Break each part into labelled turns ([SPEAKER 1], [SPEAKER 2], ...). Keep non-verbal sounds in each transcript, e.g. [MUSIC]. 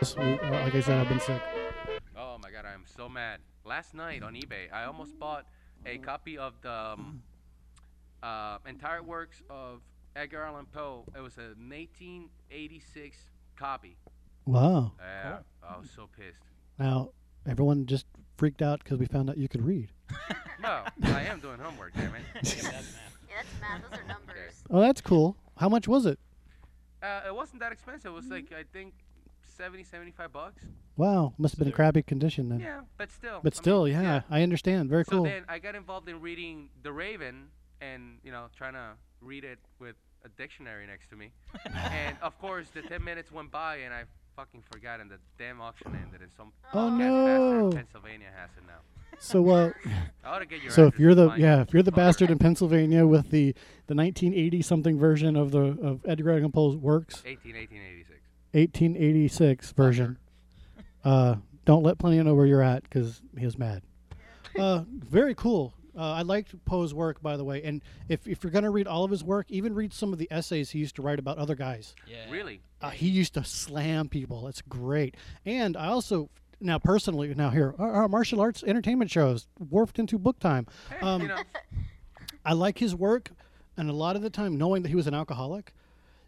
[SPEAKER 1] Just- uh, Like I said, I've been sick.
[SPEAKER 2] Oh my god, I am so mad. Last night on eBay, I almost bought a copy of the um, uh, entire works of Edgar Allan Poe. It was an 1886 copy.
[SPEAKER 1] Wow.
[SPEAKER 2] Yeah, I was so pissed.
[SPEAKER 1] Now everyone just freaked out because we found out you could read.
[SPEAKER 2] No, I am doing homework,
[SPEAKER 1] [LAUGHS]
[SPEAKER 2] damn it.
[SPEAKER 3] Yeah, that's math.
[SPEAKER 4] [LAUGHS]
[SPEAKER 3] Those are numbers.
[SPEAKER 1] Oh, that's cool. How much was it?
[SPEAKER 2] Uh, it wasn't that expensive. It was like I think 70, 75 bucks.
[SPEAKER 1] Wow, must have been in crappy condition then.
[SPEAKER 2] Yeah, but still.
[SPEAKER 1] But
[SPEAKER 2] I mean,
[SPEAKER 1] still, yeah, I understand. Very
[SPEAKER 2] So
[SPEAKER 1] cool.
[SPEAKER 2] then I got involved in reading The Raven and, you know, trying to read it with a dictionary next
[SPEAKER 1] [LAUGHS]
[SPEAKER 2] to me. and of course, the 10 minutes went by and I fucking forgot and the damn auction ended and some
[SPEAKER 1] Oh,
[SPEAKER 2] gas bastard
[SPEAKER 1] no.
[SPEAKER 2] in Pennsylvania has it now.
[SPEAKER 1] So
[SPEAKER 2] [LAUGHS]
[SPEAKER 1] uh,
[SPEAKER 2] I ought to get your
[SPEAKER 1] so if
[SPEAKER 2] address
[SPEAKER 1] you're
[SPEAKER 2] and
[SPEAKER 1] the
[SPEAKER 2] find
[SPEAKER 1] yeah,
[SPEAKER 2] it.
[SPEAKER 1] if you're the
[SPEAKER 2] Fucker.
[SPEAKER 1] bastard in Pennsylvania with the the 1980 something version of the of Edgar Allan Poe's works,
[SPEAKER 2] 18, 1886.
[SPEAKER 1] 1886
[SPEAKER 4] [LAUGHS]
[SPEAKER 1] version, uh, don't let Plenty know where you're at because he was mad. Uh, very cool. Uh, I liked Poe's work, by the way. And if, if you're going to read all of his work, even read some of the essays he used to write about other guys.
[SPEAKER 4] Yeah.
[SPEAKER 2] Really?
[SPEAKER 1] Uh, he used to slam people. It's great. And I also now personally now here our, our martial arts entertainment shows warped into book time.
[SPEAKER 2] Hey,
[SPEAKER 1] Um,
[SPEAKER 2] you know,
[SPEAKER 1] I like his work, and a lot of the time, knowing that he was an alcoholic,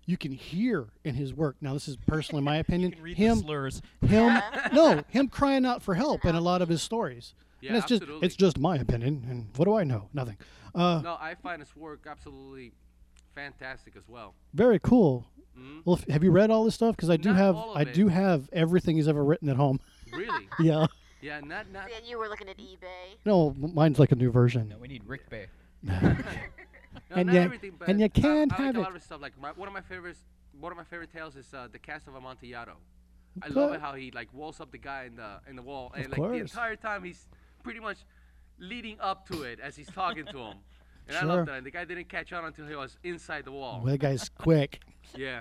[SPEAKER 1] you can hear in his work. Now this is personally my opinion.
[SPEAKER 4] [LAUGHS] You can read the
[SPEAKER 1] him,
[SPEAKER 4] slurs.
[SPEAKER 1] him,
[SPEAKER 2] [LAUGHS]
[SPEAKER 1] no, him crying out for help in a lot of his stories.
[SPEAKER 2] Yeah,
[SPEAKER 1] and it's just
[SPEAKER 2] absolutely.
[SPEAKER 1] it's just my opinion, and what do I know? Nothing. Uh,
[SPEAKER 2] no, I find his work absolutely fantastic as well.
[SPEAKER 1] very cool.
[SPEAKER 2] Mhm.
[SPEAKER 1] Well, if, have you read all this stuff? Because I do
[SPEAKER 2] Not
[SPEAKER 1] have
[SPEAKER 2] all of
[SPEAKER 1] I
[SPEAKER 2] it.
[SPEAKER 1] do have everything he's ever written at home. [LAUGHS]
[SPEAKER 2] Really?
[SPEAKER 1] yeah. [LAUGHS]
[SPEAKER 2] Yeah, not, not,
[SPEAKER 3] Yeah, you were looking at eBay.
[SPEAKER 1] No, m- mine's like a new version.
[SPEAKER 4] No, we need Rick Bay.
[SPEAKER 2] No,
[SPEAKER 1] And
[SPEAKER 2] not
[SPEAKER 1] you-
[SPEAKER 2] everything, but
[SPEAKER 1] and you
[SPEAKER 2] I-
[SPEAKER 1] can't
[SPEAKER 2] I,
[SPEAKER 1] have
[SPEAKER 2] like a
[SPEAKER 1] it.
[SPEAKER 2] lot of stuff. Like my, one of my favorites, one of my favorite tales is uh, the Cast of Amontillado. I love
[SPEAKER 1] Okay.
[SPEAKER 2] it how he like walls up the guy in the in the wall, and
[SPEAKER 1] Of
[SPEAKER 2] like the
[SPEAKER 1] course.
[SPEAKER 2] entire time he's pretty much leading up to it as he's talking
[SPEAKER 1] [LAUGHS]
[SPEAKER 2] to him. And I
[SPEAKER 1] Sure.
[SPEAKER 2] love that. And the guy didn't catch on until he was inside the wall.
[SPEAKER 1] Well, that guy's quick. [LAUGHS]
[SPEAKER 2] Yeah.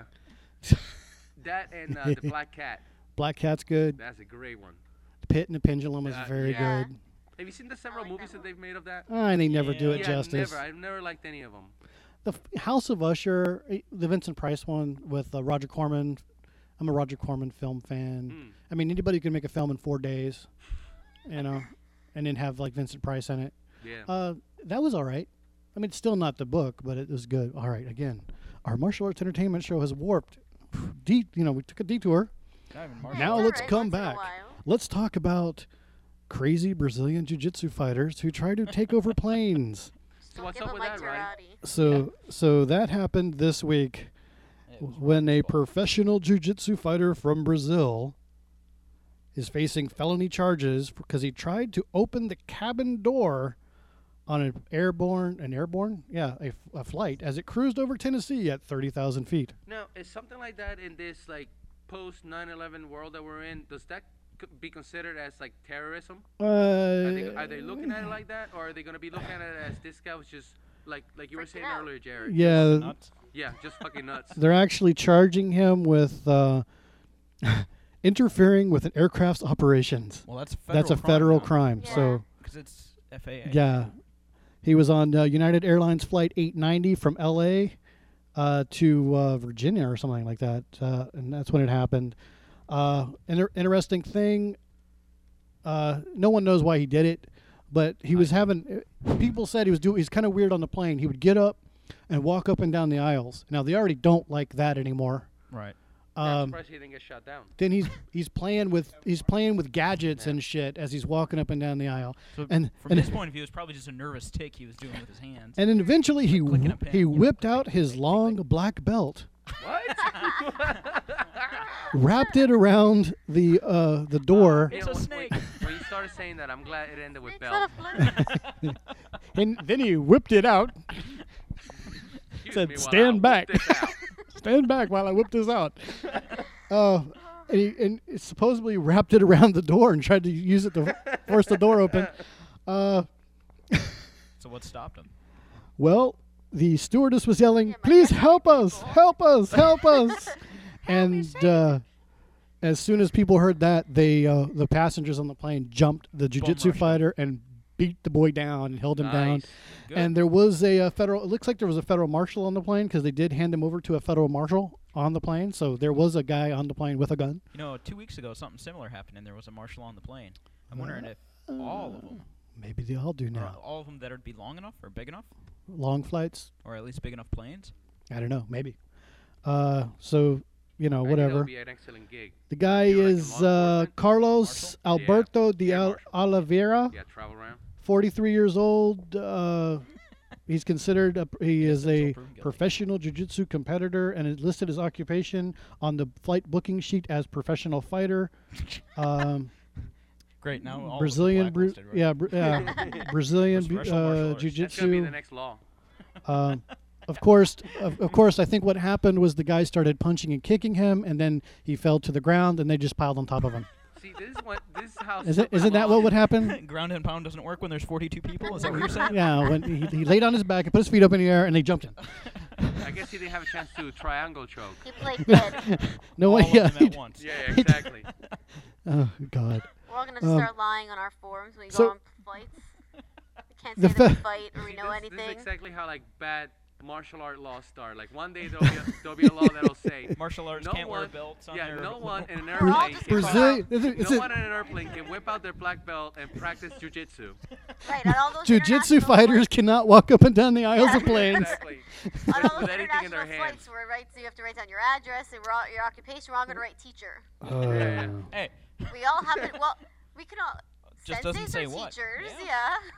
[SPEAKER 2] that and uh, the Black Cat.
[SPEAKER 1] Black Cat's good.
[SPEAKER 2] That's a great one.
[SPEAKER 1] The Pit and the Pendulum is
[SPEAKER 2] Uh,
[SPEAKER 1] very
[SPEAKER 3] yeah.
[SPEAKER 1] good.
[SPEAKER 2] Have you seen the several movies that they've made of that?
[SPEAKER 1] Ah, and they never do it
[SPEAKER 2] yeah,
[SPEAKER 1] justice.
[SPEAKER 2] never. I've never liked any of them.
[SPEAKER 1] The f- House of Usher, eh, the Vincent Price one with uh, Roger Corman. I'm a Roger Corman film fan. I mean, anybody can make a film in four days, you know, and then have like Vincent Price in it.
[SPEAKER 2] Yeah.
[SPEAKER 1] Uh, that was all right. I mean, it's still not the book, but it was good. All right, again, our martial arts entertainment show has warped. [SIGHS] Deep, you know, we took a detour.
[SPEAKER 4] Not even Mark.
[SPEAKER 3] Yeah,
[SPEAKER 1] now
[SPEAKER 3] it's
[SPEAKER 1] let's
[SPEAKER 3] alright
[SPEAKER 1] come
[SPEAKER 3] once in a
[SPEAKER 1] back.
[SPEAKER 3] while.
[SPEAKER 1] Let's talk about crazy Brazilian jiu-jitsu fighters who try to take over planes.
[SPEAKER 2] so
[SPEAKER 3] Don't
[SPEAKER 2] what's
[SPEAKER 3] give
[SPEAKER 2] up
[SPEAKER 3] it
[SPEAKER 2] with
[SPEAKER 3] like
[SPEAKER 2] that, right?
[SPEAKER 3] Girardi.
[SPEAKER 1] So so that happened this week when a professional jiu-jitsu fighter from Brazil is facing felony charges because he tried to open the cabin door on an airborne an airborne yeah a, f- a flight as it cruised over Tennessee at 30,000 feet.
[SPEAKER 2] Now, is something like that in this like post 9/11 world that we're in? Does that c- be considered as like terrorism?
[SPEAKER 1] Uh,
[SPEAKER 2] Are they, are they looking at it like that, or are they gonna be looking at it as this guy was just like like you were
[SPEAKER 3] Freaking
[SPEAKER 2] saying
[SPEAKER 3] out.
[SPEAKER 2] earlier, Jared?
[SPEAKER 1] Uh, yeah,
[SPEAKER 4] Nuts.
[SPEAKER 2] Yeah, just
[SPEAKER 1] [LAUGHS]
[SPEAKER 2] fucking nuts.
[SPEAKER 1] They're actually charging him with uh, [LAUGHS] interfering with an aircraft's operations.
[SPEAKER 4] Well, that's a federal
[SPEAKER 1] That's a federal crime.
[SPEAKER 3] Yeah.
[SPEAKER 1] So,
[SPEAKER 4] Because it's FAA.
[SPEAKER 1] yeah. He was on uh, United Airlines Flight 890 from LA uh, to uh, Virginia or something like that. Uh, and that's when it happened. Uh, inter- interesting thing uh, no one knows why he did it, but he was having. People said he was doing. He's kind of weird on the plane. He would get up and walk up and down the aisles. Now they already don't like that anymore.
[SPEAKER 4] Right.
[SPEAKER 2] I'm
[SPEAKER 1] Um,
[SPEAKER 2] surprised he didn't get shot down.
[SPEAKER 1] then he's he's playing with he's playing with gadgets and shit as he's walking up and down the aisle.
[SPEAKER 4] So
[SPEAKER 1] and
[SPEAKER 4] from
[SPEAKER 1] and,
[SPEAKER 4] his point of view, it's probably just a nervous tick he was doing with his hands.
[SPEAKER 1] and [LAUGHS] then eventually he
[SPEAKER 4] clicking
[SPEAKER 1] wh-
[SPEAKER 4] a pen,
[SPEAKER 1] he
[SPEAKER 4] you know,
[SPEAKER 1] whipped
[SPEAKER 4] click,
[SPEAKER 1] out
[SPEAKER 4] click,
[SPEAKER 1] his
[SPEAKER 4] click, click,
[SPEAKER 1] long
[SPEAKER 4] click.
[SPEAKER 1] black belt,
[SPEAKER 2] What? [LAUGHS]
[SPEAKER 1] wrapped it around the uh, the door,
[SPEAKER 2] You
[SPEAKER 4] It's
[SPEAKER 2] know,
[SPEAKER 4] a
[SPEAKER 2] when-
[SPEAKER 4] snake.
[SPEAKER 2] When, when you started saying that, I'm glad it ended with
[SPEAKER 3] It's
[SPEAKER 2] Bell.
[SPEAKER 3] not
[SPEAKER 2] [LAUGHS]
[SPEAKER 3] a
[SPEAKER 1] [LAUGHS]
[SPEAKER 3] flirt.
[SPEAKER 1] and then he whipped it out.
[SPEAKER 2] Excuse
[SPEAKER 1] said,
[SPEAKER 2] me while I
[SPEAKER 1] "Stand
[SPEAKER 2] whip
[SPEAKER 1] back." [LAUGHS]
[SPEAKER 2] this out.
[SPEAKER 1] Stand back while I whip this
[SPEAKER 4] [LAUGHS]
[SPEAKER 1] out. Uh, and he and he supposedly wrapped it around the door and tried to use it to force the door open. Uh,
[SPEAKER 4] [LAUGHS] So what stopped him?
[SPEAKER 1] Well, the stewardess was yelling,
[SPEAKER 3] Yeah, my
[SPEAKER 1] "Please
[SPEAKER 3] God, [LAUGHS]
[SPEAKER 1] help us!
[SPEAKER 3] people."
[SPEAKER 1] Help us! Help us!" and uh, as soon as people heard that, they uh, the passengers on the plane jumped the
[SPEAKER 4] Bum
[SPEAKER 1] jujitsu
[SPEAKER 4] rushed him.
[SPEAKER 1] fighter and beat the boy down and held him down.
[SPEAKER 2] Nice.
[SPEAKER 4] Good.
[SPEAKER 1] And there was a, uh federal. It looks like there was a federal marshal on the plane because they did hand him over to a federal marshal on the plane. So there was a guy on the plane with a gun.
[SPEAKER 4] you know, two weeks ago something similar happened, and there was a marshal on the plane. I'm wondering if all of them,
[SPEAKER 1] Maybe they all do
[SPEAKER 4] or
[SPEAKER 1] now.
[SPEAKER 4] all of them that would be long enough or big enough,
[SPEAKER 1] Long flights.
[SPEAKER 4] or at least big enough planes.
[SPEAKER 1] I don't know. Maybe. Uh, so you know
[SPEAKER 2] I think that
[SPEAKER 1] whatever.
[SPEAKER 2] would be an excellent gig.
[SPEAKER 1] The guy
[SPEAKER 2] You reckon
[SPEAKER 1] is
[SPEAKER 2] law
[SPEAKER 1] uh,
[SPEAKER 2] enforcement?
[SPEAKER 1] Carlos
[SPEAKER 2] Marshal? Yeah.
[SPEAKER 1] Alberto de
[SPEAKER 2] Yeah,
[SPEAKER 1] Al-
[SPEAKER 2] marshal.
[SPEAKER 1] Oliveira,
[SPEAKER 2] Yeah, travel around.
[SPEAKER 1] 43 years old. Uh, he's considered a, he is
[SPEAKER 4] until
[SPEAKER 1] a
[SPEAKER 4] proven guilty.
[SPEAKER 1] professional jiu-jitsu competitor and it listed his occupation on the flight booking sheet as professional
[SPEAKER 2] [LAUGHS]
[SPEAKER 1] fighter. Um,
[SPEAKER 4] Great. Now all of us are
[SPEAKER 1] Brazilian, bru-
[SPEAKER 4] blacklisted, right?
[SPEAKER 1] yeah, br-
[SPEAKER 2] [LAUGHS]
[SPEAKER 1] yeah, Brazilian bu-
[SPEAKER 4] Professional martial
[SPEAKER 1] uh,
[SPEAKER 4] arts. That's
[SPEAKER 2] That's gonna be the
[SPEAKER 1] jiu-jitsu.
[SPEAKER 2] next law. [LAUGHS]
[SPEAKER 1] Um, of course, of, of course. I think what happened was the guy started punching and kicking him, and then he fell to the ground, and they just piled on top of him.
[SPEAKER 2] See, this is what this is how.
[SPEAKER 1] Is it,
[SPEAKER 2] stupid
[SPEAKER 1] isn't that
[SPEAKER 2] law
[SPEAKER 1] what would
[SPEAKER 2] is.
[SPEAKER 1] happen?
[SPEAKER 4] [LAUGHS] Ground and pound doesn't work when there's 42 people. Is that
[SPEAKER 1] [LAUGHS]
[SPEAKER 4] what you're saying?
[SPEAKER 1] Yeah, when he, he laid on his back and put his feet up in [LAUGHS] the air, and they jumped him.
[SPEAKER 2] I guess he didn't have a chance to triangle choke.
[SPEAKER 3] He played dead.
[SPEAKER 1] No
[SPEAKER 4] All
[SPEAKER 1] way.
[SPEAKER 4] of
[SPEAKER 1] Yeah.
[SPEAKER 4] them at once.
[SPEAKER 2] Yeah,
[SPEAKER 3] [LAUGHS]
[SPEAKER 2] exactly.
[SPEAKER 1] Oh God.
[SPEAKER 3] We're all gonna just
[SPEAKER 1] Um,
[SPEAKER 3] start lying on our forums when we
[SPEAKER 1] so-
[SPEAKER 3] go on flights. We can't
[SPEAKER 1] The
[SPEAKER 3] say that we
[SPEAKER 1] fa-
[SPEAKER 3] fight or we
[SPEAKER 2] See,
[SPEAKER 3] know
[SPEAKER 2] this, This is
[SPEAKER 3] anything.
[SPEAKER 2] exactly how like bad martial art laws start. Like one day there'll be a, there'll be a law that'll say
[SPEAKER 4] [LAUGHS] Martial arts
[SPEAKER 2] no
[SPEAKER 4] can't
[SPEAKER 2] one,
[SPEAKER 4] wear belts on
[SPEAKER 2] yeah,
[SPEAKER 4] their [LAUGHS]
[SPEAKER 2] no one in an
[SPEAKER 3] We're all
[SPEAKER 2] airplane.
[SPEAKER 3] just
[SPEAKER 2] can-
[SPEAKER 3] gonna-
[SPEAKER 1] Brazil. Is it,
[SPEAKER 2] No
[SPEAKER 1] is
[SPEAKER 2] one in an airplane can whip out their black belt and practice
[SPEAKER 3] [LAUGHS]
[SPEAKER 2] jujitsu.
[SPEAKER 3] Right, on all those
[SPEAKER 1] jiu-jitsu
[SPEAKER 3] international
[SPEAKER 1] fighters cannot walk up and down the aisles of planes.
[SPEAKER 2] Exactly.
[SPEAKER 3] flights- on all
[SPEAKER 2] with
[SPEAKER 3] those
[SPEAKER 2] anything in their
[SPEAKER 3] international
[SPEAKER 2] hands.
[SPEAKER 3] flights where it writes, you have to write down your address and we're all, your occupation. We're all gonna write teacher.
[SPEAKER 1] Uh,
[SPEAKER 4] Hey,
[SPEAKER 3] We all have it. Well, we can all.
[SPEAKER 4] Just doesn't
[SPEAKER 3] senseis
[SPEAKER 4] say
[SPEAKER 3] are
[SPEAKER 4] what.
[SPEAKER 3] teachers.
[SPEAKER 4] Yeah.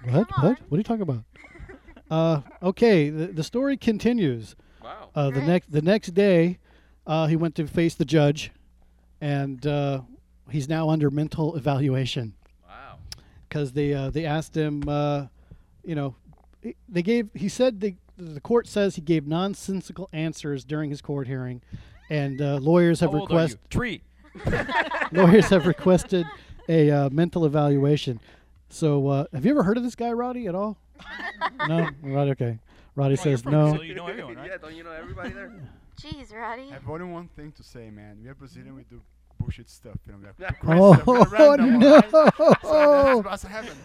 [SPEAKER 3] Yeah.
[SPEAKER 1] what?
[SPEAKER 3] Come
[SPEAKER 1] What?
[SPEAKER 3] on.
[SPEAKER 1] What are you talking about? Uh, okay. The, the story continues.
[SPEAKER 2] Wow.
[SPEAKER 1] Uh, the
[SPEAKER 3] Right.
[SPEAKER 1] next the next day, uh, he went to face the judge, and uh, he's now under mental evaluation.
[SPEAKER 2] wow.
[SPEAKER 1] because they uh, they asked him, uh, you know, they gave he said they, the court says he gave nonsensical answers during his court hearing, and uh, lawyers
[SPEAKER 4] how
[SPEAKER 1] have
[SPEAKER 4] old are you?
[SPEAKER 1] requested
[SPEAKER 4] Three. [LAUGHS]
[SPEAKER 1] lawyers have requested a uh, mental evaluation. So uh, have you ever heard of this guy Roddy at
[SPEAKER 4] [LAUGHS]
[SPEAKER 1] all? no, right, okay. Roddy
[SPEAKER 4] Well, you're
[SPEAKER 1] says
[SPEAKER 4] from
[SPEAKER 1] no.
[SPEAKER 4] Brazil,
[SPEAKER 2] [LAUGHS]
[SPEAKER 4] you know everyone, right?
[SPEAKER 2] yeah, don't you know everybody
[SPEAKER 3] [LAUGHS]
[SPEAKER 2] there?
[SPEAKER 3] Jeez, Roddy.
[SPEAKER 5] I have only one thing to say, man. We are Brazilian. We do bullshit stuff. You know, we are [LAUGHS]
[SPEAKER 1] Oh,
[SPEAKER 5] random, alright? So
[SPEAKER 1] no!
[SPEAKER 5] that's what happened.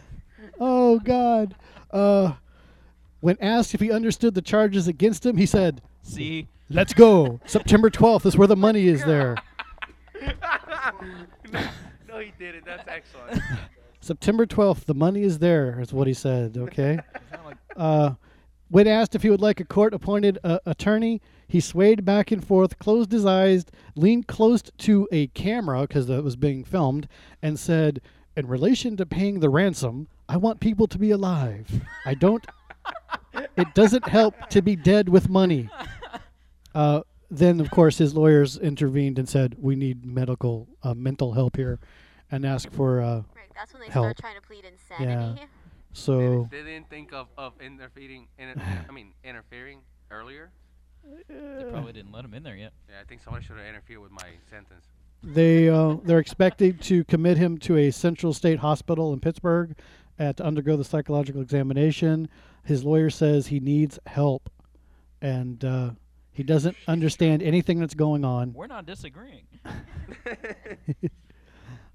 [SPEAKER 1] Oh God! Uh, when asked if he understood the charges against him, he said,
[SPEAKER 4] See,
[SPEAKER 1] Let's go. September 12th is where the money is there.
[SPEAKER 2] no, he did it. That's
[SPEAKER 3] [LAUGHS]
[SPEAKER 2] excellent.
[SPEAKER 1] September 12th, the money is there, is what he said, okay?
[SPEAKER 4] [LAUGHS] It's not like
[SPEAKER 1] Uh, when asked if he would like a court appointed uh, attorney, he swayed back and forth, closed his eyes, leaned close to a camera because that was being filmed, and said, In relation to paying the ransom, I want people to be alive. I
[SPEAKER 4] [LAUGHS]
[SPEAKER 1] don't. It doesn't help to be dead with money. Uh, then, of course, his lawyers intervened and said, "We need medical, uh, mental help here," and asked for. Uh,
[SPEAKER 3] Right, that's when they
[SPEAKER 1] Help.
[SPEAKER 3] start trying to plead insanity.
[SPEAKER 2] They-
[SPEAKER 1] so
[SPEAKER 2] They didn't think of, of interfering. In, I mean, interfering earlier.
[SPEAKER 4] they probably didn't let him in there yet.
[SPEAKER 2] Yeah, I think somebody should have interfered with my sentence.
[SPEAKER 1] they uh, they're expected to commit him to a Central State Hospital in Pittsburgh uh, to undergo the psychological examination. His lawyer says he needs help, and uh, he doesn't understand anything that's going on.
[SPEAKER 4] We're not disagreeing.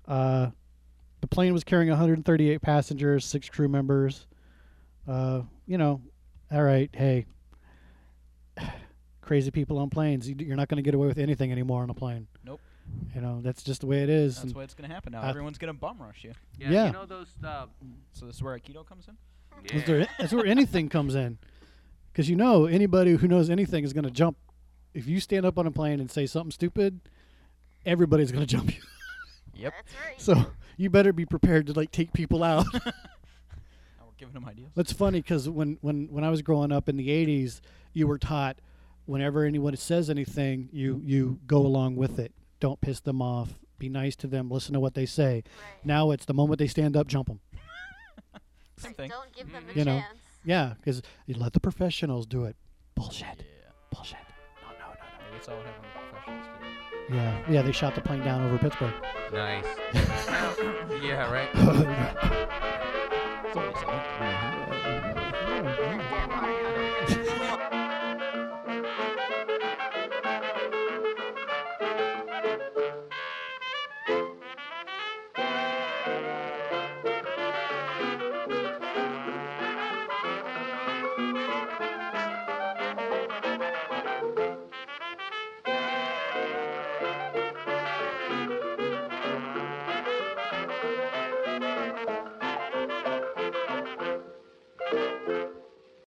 [SPEAKER 1] Uh, the plane was carrying 138 passengers, six crew members. Uh, you know, all right, hey, [SIGHS] crazy people on planes. You, you're not going to get away with anything anymore on a plane.
[SPEAKER 4] Nope.
[SPEAKER 1] You know, that's just the way it is.
[SPEAKER 4] That's
[SPEAKER 1] and-
[SPEAKER 4] why it's gonna happen now.
[SPEAKER 1] I-
[SPEAKER 4] Everyone's gonna bum rush you.
[SPEAKER 2] Yeah,
[SPEAKER 1] Yeah.
[SPEAKER 2] you know those. Uh,
[SPEAKER 4] So this is where Aikido comes in.
[SPEAKER 2] yeah.
[SPEAKER 1] Is there- that's where anything comes in. Because you know, anybody who knows anything is going to jump. If you stand up on a plane and say something stupid, everybody's going to jump you. [LAUGHS]
[SPEAKER 4] Yep.
[SPEAKER 3] That's right.
[SPEAKER 1] So you better be prepared to like take people out. [LAUGHS]
[SPEAKER 4] Now we're giving them ideas.
[SPEAKER 1] That's funny because when, when, when I was growing up in the 80s, you were taught whenever anyone says anything, you, you go along with it. Don't piss them off. Be nice to them. Listen to what they say.
[SPEAKER 3] right.
[SPEAKER 1] Now it's the moment they stand up, jump them.
[SPEAKER 4] Same
[SPEAKER 3] Right,
[SPEAKER 4] thing.
[SPEAKER 3] Don't give
[SPEAKER 2] Mm-hmm.
[SPEAKER 3] them a
[SPEAKER 1] You know.
[SPEAKER 3] chance.
[SPEAKER 1] Yeah, because you let the professionals do it. Bullshit.
[SPEAKER 4] Yeah.
[SPEAKER 1] Bullshit. No, no, no, no.
[SPEAKER 4] Maybe that's all that happened with professionals. too.
[SPEAKER 1] Yeah, yeah, they shot the plane down over Pittsburgh. [LAUGHS]
[SPEAKER 2] Nice. yeah, right.
[SPEAKER 4] It's always like that.